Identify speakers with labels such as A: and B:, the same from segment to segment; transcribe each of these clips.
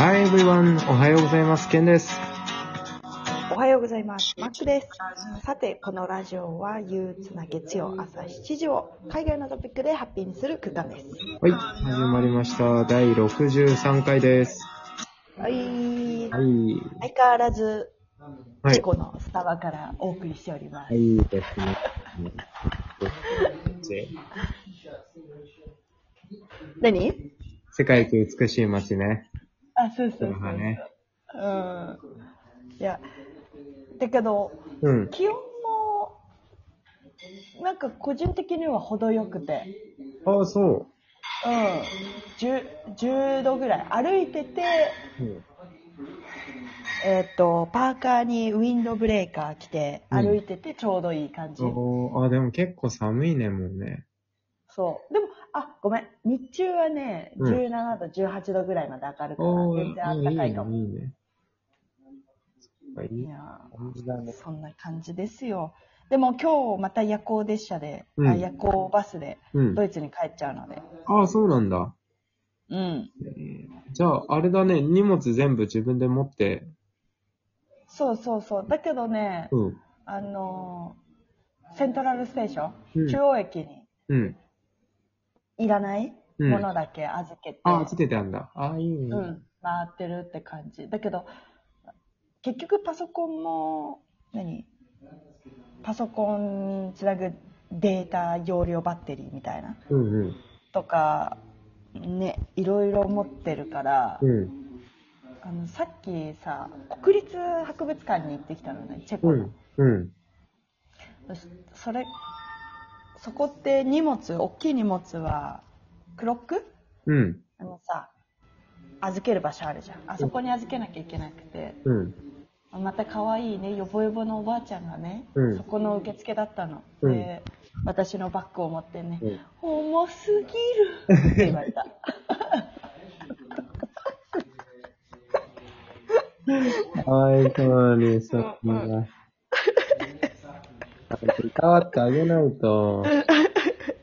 A: Hi everyone! おはようございます。ケンです。
B: おはようございます。マックです。さて、このラジオは憂鬱な月曜朝7時を海外のトピックでハッピーにする空間です。
A: はい、始まりました。第63回です。
B: はい。相
A: はい。
B: 変わらず、
A: はい。
B: チェコのスタバからお送りしております。
A: はい、ですね。
B: 何
A: 世界一美しい街ね。
B: あ、そうそうそう
A: そうだね
B: うん。いや、だけど、
A: うん。
B: 気温も、なんか個人的には程よくて。
A: ああ、そ
B: うん、10, 10度ぐらい歩いてて、
A: う。うん
B: えーっとパーカーにウィンドブレーカー着て
A: うん
B: 歩いててちょうどいい感じ、
A: おーあ、でも結構寒いね、もうね。
B: そうでもあごめん日中はね
A: うん
B: 17度、18度ぐらいまで上がるから
A: おー
B: 全然あったかいか
A: い
B: も
A: いね、いいね。そっかい
B: い
A: い
B: や
A: 感じだ
B: ー
A: ね。
B: そんな感じですよでも今日また夜行列車で、
A: うん
B: あ夜行バスで
A: うん
B: ド。イツに帰っちゃうので
A: ああ、そうなんだ。
B: うん
A: じゃあ、あれだね、荷物全部自分で持って。
B: そうそうそうだけどね
A: うん。
B: あのーセントラルステーション、
A: うん
B: 中央駅に
A: うん。
B: いらない
A: うん
B: ものだけ預けて、
A: ああ、つけてあんだ。ああ、いいね。
B: うん、回ってるって感じだけど結局パソコンも何パソコンにつなぐデータ容量バッテリーみたいな
A: うんうん。
B: とかねいろいろ持ってるから、
A: うん。
B: あのさっきさ国立博物館に行ってきたのねチェコ
A: う
B: の、
A: ん。うん。
B: そそれそこって荷物大きい荷物はクロック
A: うん。
B: あのさ預ける場所あるじゃんあそこに預けなきゃいけなくて
A: うん。
B: また可愛いねよぼよぼのおばあちゃんがね、
A: うん
B: そこの受付だったの、
A: うん
B: で私のバッグを持ってね
A: うん
B: 「重すぎる」 って言われた
A: かわいそうに、そんな。いたわってあげないと、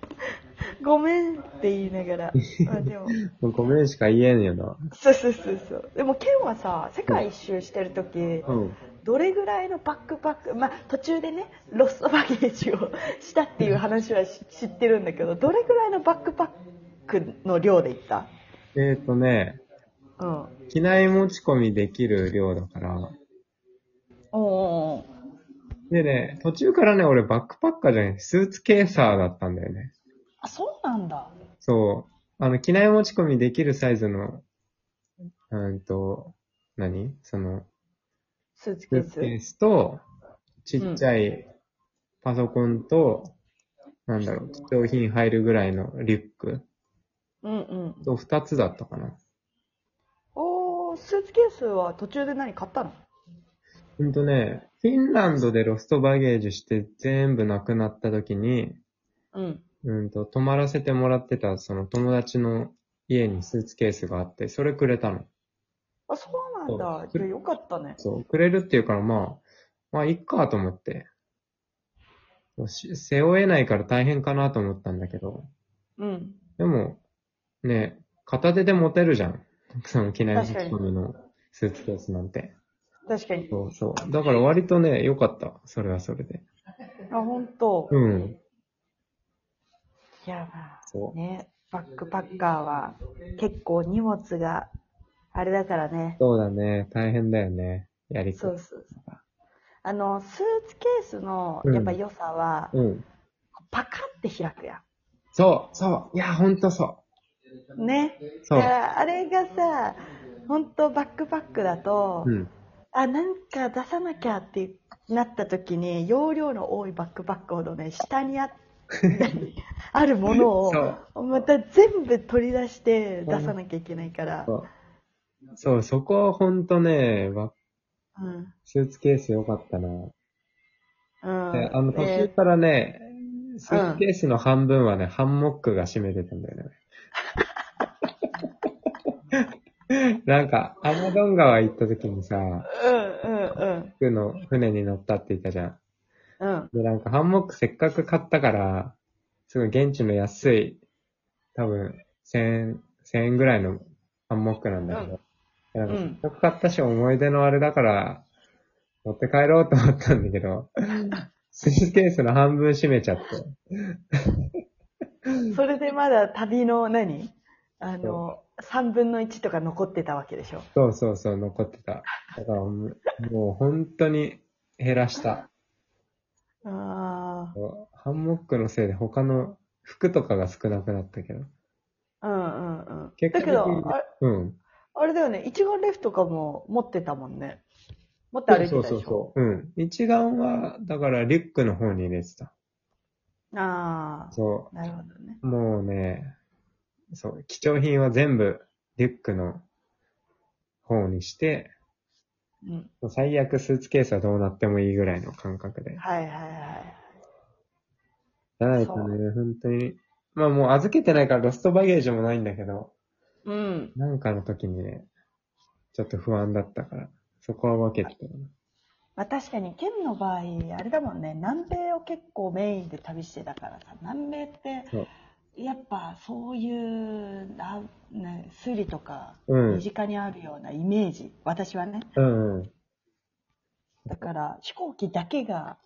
B: 「ごめん」って言いなが らまあでも
A: もうごめんしか言えんよな。
B: そうそうそうそうでもケンはさ世界一周してる時、
A: うん。
B: どれぐらいのバックパック、まあ、途中でねロストバゲージをしたっていう話はし知ってるんだけどどれぐらいのバックパックの量でいった、
A: えっ、ー、とね、
B: うん、おう
A: 機内持ち込みできる量だから。
B: おうおう
A: でね、途中からね、俺バックパッカーじゃない、スーツケーサーだったんだよね。
B: あそうなんだ
A: そう。あの、機内持ち込みできるサイズの、うんと、何その、
B: スーツ
A: ス
B: ケ
A: ーツケ
B: ー
A: ー
B: ス
A: スと、ちっちゃいパソコンと、なんだろう、貴重品入るぐらいのリュック
B: うんうん
A: と2つだったかな。
B: おースーツケースは途中で何買ったの
A: ほんとね、フィンランドでロストバゲージして全部なくなった時に、
B: うん
A: うんと、泊まらせてもらってたその友達の家にスーツケースがあって、それくれたの。
B: あそうなんだ
A: そう
B: じゃあよかったね
A: そう、くれるっていうからまあ、まあ、いっかと思って。し背負えないから大変かなと思ったんだけど、
B: うん
A: でも、ね、片手で持てるじゃん。その機内持ち
B: 確かに
A: 込みのスーツケースなんて。
B: 確かに
A: そうそう。だから割とね、良かった。それはそれで。
B: あ本当、
A: うん。
B: いやまあ
A: そ
B: ねバックパッカーは結構荷物があれだからね
A: う。そうだね。大変だよね。やり
B: そ
A: 方。
B: うそうそう。あの、スーツケースの
A: うん
B: やっぱ良さは、
A: うん。
B: パカって開くや
A: そう、そう。いや、ほんとそ
B: ん。ね。
A: う。そ
B: だ
A: う
B: か。らあれがさ、ほんとバックパックだと、
A: うん。
B: あ、なんか出さなきゃってなった時に、容量の多いバックパックほどね、下にあ 何あるもの
A: そ
B: を、
A: う。
B: また全部取り出して出さなきゃいけないから
A: そ、う。そう、そこはほんとね、わ
B: うん。
A: スーツケース良かったな。
B: うん。
A: であの、途中
B: で
A: からね、スーツケースの半分はね、ハンモックが占めてたんだよね。 なんか、アマドン川行った時にさ、
B: うんうん
A: 僕の船に乗ったって言ったじゃん。
B: うん。うん。
A: で、なんかハンモックせっかく買ったから、すごい現地の安い、多分、1000、1000円ぐらいのハンモックなんだけど、いやなんか
B: うん
A: せっかく買ったし、思い出のあれだから、持って帰ろうと思ったんだけど、スーツケースの半分閉めちゃって。
B: それでまだ旅の何あの、3分の1とか残ってたわけでしょ。
A: そうそうそう、残ってた。だからもう、もう本当に減らした。
B: あ
A: ハンモックのせいで他の服とかが少なくなったけど。
B: あ、うんうんうん。
A: 結
B: だ
A: 果的
B: け
A: に
B: ど、あれ
A: うん。
B: あれだよね、一眼レフとかも持ってたもんね。持って歩いてた
A: そう
B: でしょ。
A: そうそう。うん。一眼は、だからリュックの方に入れてた。
B: あ
A: そ
B: あ、なるほどね。
A: う。もうね、そう、貴重品は全部リュックの方にして、
B: うん。
A: もう最悪スーツケースはどうなってもいいぐらいの感覚で。
B: はいはいはい。
A: じゃないとね、本当に。まあもう預けてないからロストバゲージもないんだけど、
B: うん。
A: なんかの時にね、ちょっと不安だったから、そこは分けてたよね
B: まあ確かに、県の場合、あれだもんね、南米を結構メインで旅してたからさ、南米って
A: そう、
B: やっぱそういう、あね、スリとか、
A: うん
B: 身。近にあるようなイメージ、私はね。
A: うんうん。
B: だから、飛行機だけが、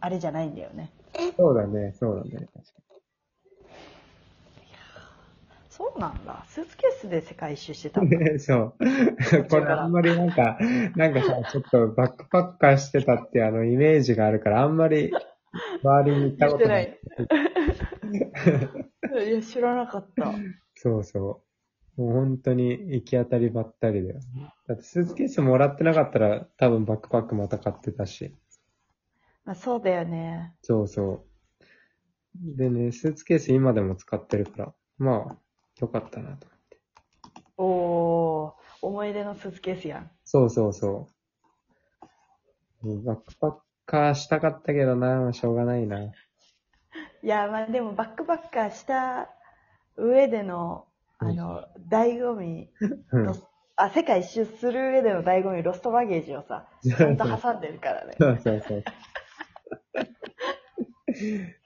B: あれじゃないんだよね。
A: そうだね、そうだね。確か
B: そうなんだ。スーツケースで世界一周してたんだ。
A: にそう。 これあんまりなんか、なんかさ、ちょっとバックパッカーしてたっていうあのイメージがあるから、あんまり周りに行ったことない。
B: い や、知らなかった。
A: そうそう。もう本当に行き当たりばったりだよ。だってスーツケースもらってなかったら多分バックパックまた買ってたし。
B: まあ、そうだよね。
A: そうそう。でね、スーツケース今でも使ってるから、まあ、よかったなと。
B: おおー、思い出のスーツケースやん。
A: そうそうそう。うんバックパッカーしたかったけどな、しょうがないな。
B: いや、まあでもバックバッカーした上での、あの、醍醐味、
A: うん
B: ロスあ、世界一周する上での醍醐味、ロストバゲージを さ、ちゃんと挟んでるからね。
A: そうそうそう。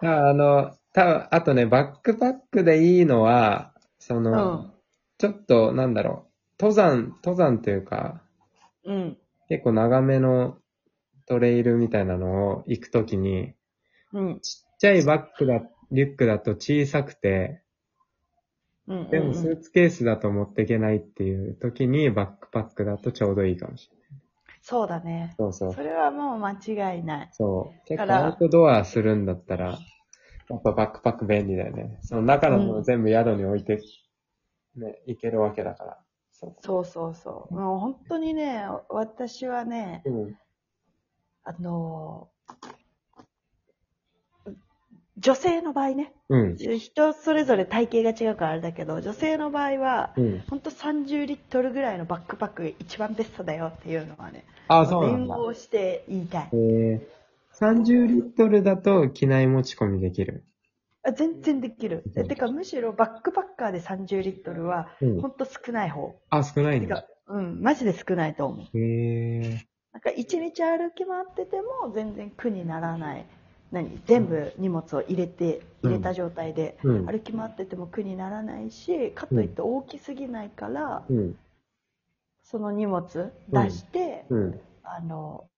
A: ああの、たぶん、あとね、バックパックでいいのは、その、
B: う
A: ちょっと、なんだろう、登山、登山というか、
B: ん。うん。
A: 結構長めのトレイルみたいなのを行くときに、
B: うん。
A: ちっちゃいバッグだ、リュックだと小さくて、
B: うん。
A: でもスーツケースだと持っていけないっていう時にバックパックだとちょうどいいかもしれない。
B: そうだね。
A: そうそう
B: そ。れはもう間違いない。
A: そう。結
B: だか
A: 構
B: ら
A: アウトドアするんだったら、やっぱバックパック便利だよね。その中のもの全部宿に置いて、ね、いけるわけだから。そう
B: そうそうそう。もう本当にね、私はね、
A: う。うん。
B: あの女性の場合ね、
A: うん。
B: 人それぞれ体型が違うからあれだけど、女性の場合は、
A: うん。
B: ほんと30リットルぐらいのバックパックが一番ベストだよっていうのはね、
A: あ、そうな
B: 連
A: んだ。
B: 合して言いたい
A: え。ー、30リットルだと機内持ち込みできる。
B: あ全然できる。えてか、むしろバックパッカーで30リットルは、
A: うん
B: ほんと少ない方。
A: あ、少ない
B: て
A: ん
B: か
A: だ。、
B: うん、マジで少ないと思う。
A: へえ
B: なんか一日歩き回ってても全然苦にならない何全部荷物を入れて
A: うん
B: 入れた状態で
A: うん
B: 歩き回ってても苦にならないしかといって大きすぎないから
A: ー。うん。
B: その荷物出して
A: うん。
B: あの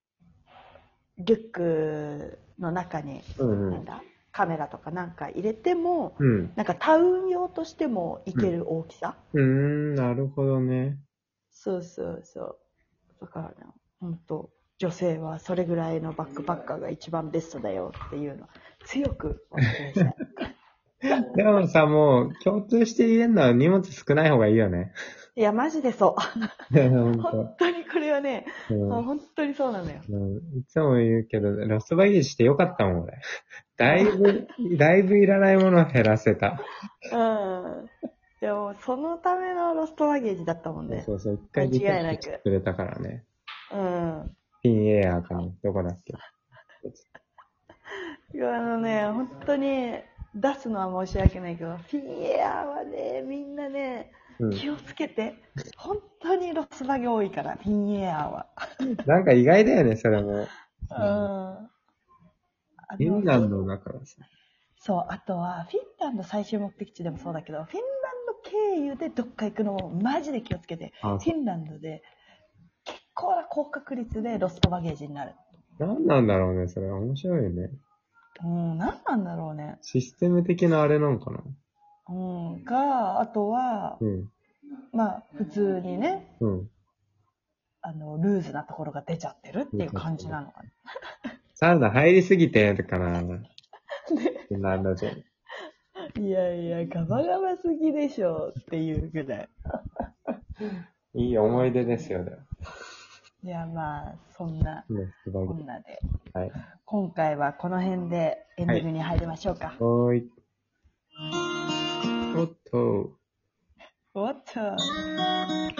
B: リュックの中に
A: うん。う
B: なん
A: ん。
B: だカメラとかなんか入れても
A: うん。
B: なんかタウン用としてもいける大きさ
A: うーん、なるほどね。
B: そうそうそうだからね本当女性はそれぐらいのバックパッカーが一番ベストだよっていうのは強くお願いした い
A: でもさ、もう、共通して言えるのは荷物少ない方がいいよ ね。
B: いやマジでそう
A: 本
B: 本当にこれはね、
A: 当。うん
B: もう本当にそうなのよ
A: うんいつも言うけど、ロストバゲージしてよかったもん、俺。 だい ぶ、だいぶいらないものを減らせた。
B: うんでもそのためのロストバゲージだったもんね
A: そうそう、一回
B: 間
A: リセ
B: 違いな
A: ッ
B: く
A: トしてくれたからね。
B: うん
A: ピンエアーかな、どこだっけ。
B: いやあのね本当に出すのは申し訳ないけどフィギュアはねみんなね
A: うん。
B: 気をつけて本当にロスバゲ多いからフィギュアは
A: なんか意外だよね、それも。
B: うんあの
A: フィンランドだからさ。
B: そう、あとは、フィンランド最終目的地でもそうだけど、フィンランド経由でどっか行くのもマジで気をつけて、
A: あ
B: フ、ィンランドで結構な高確率でロストバゲージになる。
A: なんなんだろうね、それ。面白いよね。
B: うん、何なんだろうね。
A: システム的なあれなのかな
B: うん、が、あとは、
A: うん。
B: まあ、普通にね、
A: うん。
B: あの、ルーズなところが出ちゃってるっていう感じなのか
A: サウナ入りすぎてとか な。フィンランド人。
B: な。いやいや、ガバガバすぎでしょっていうぐらい。
A: いい思い出ですよね。
B: いや、まあ、そんな、
A: ロストバ
B: こ
A: ゲ
B: んなで。
A: ーはい。
B: 今回はこの辺でエンディングに入りましょうか。
A: はーい。おっと。
B: おっと。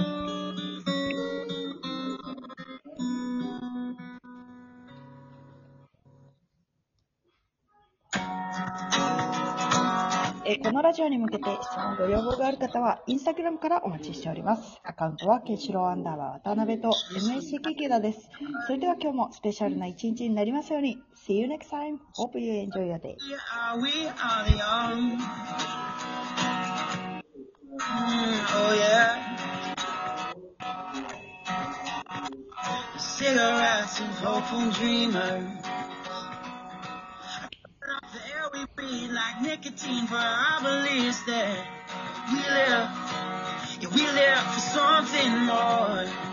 B: えーこのラジオに向けて質問ご要望がある方は、インスタグラムからお待ちしております。アカウントは、ケンシロウアンダーバー渡辺と MSCK キラです。それでは今日もスペシャルな一日になりますように。See you next time. Hope you enjoy your day.
C: We are, Uh, we are the um, young. Mm, oh yeah. Cigarettes and hopeful dreamers. Up the air we breathe like nicotine for our beliefs that we live. Yeah, we live for something more.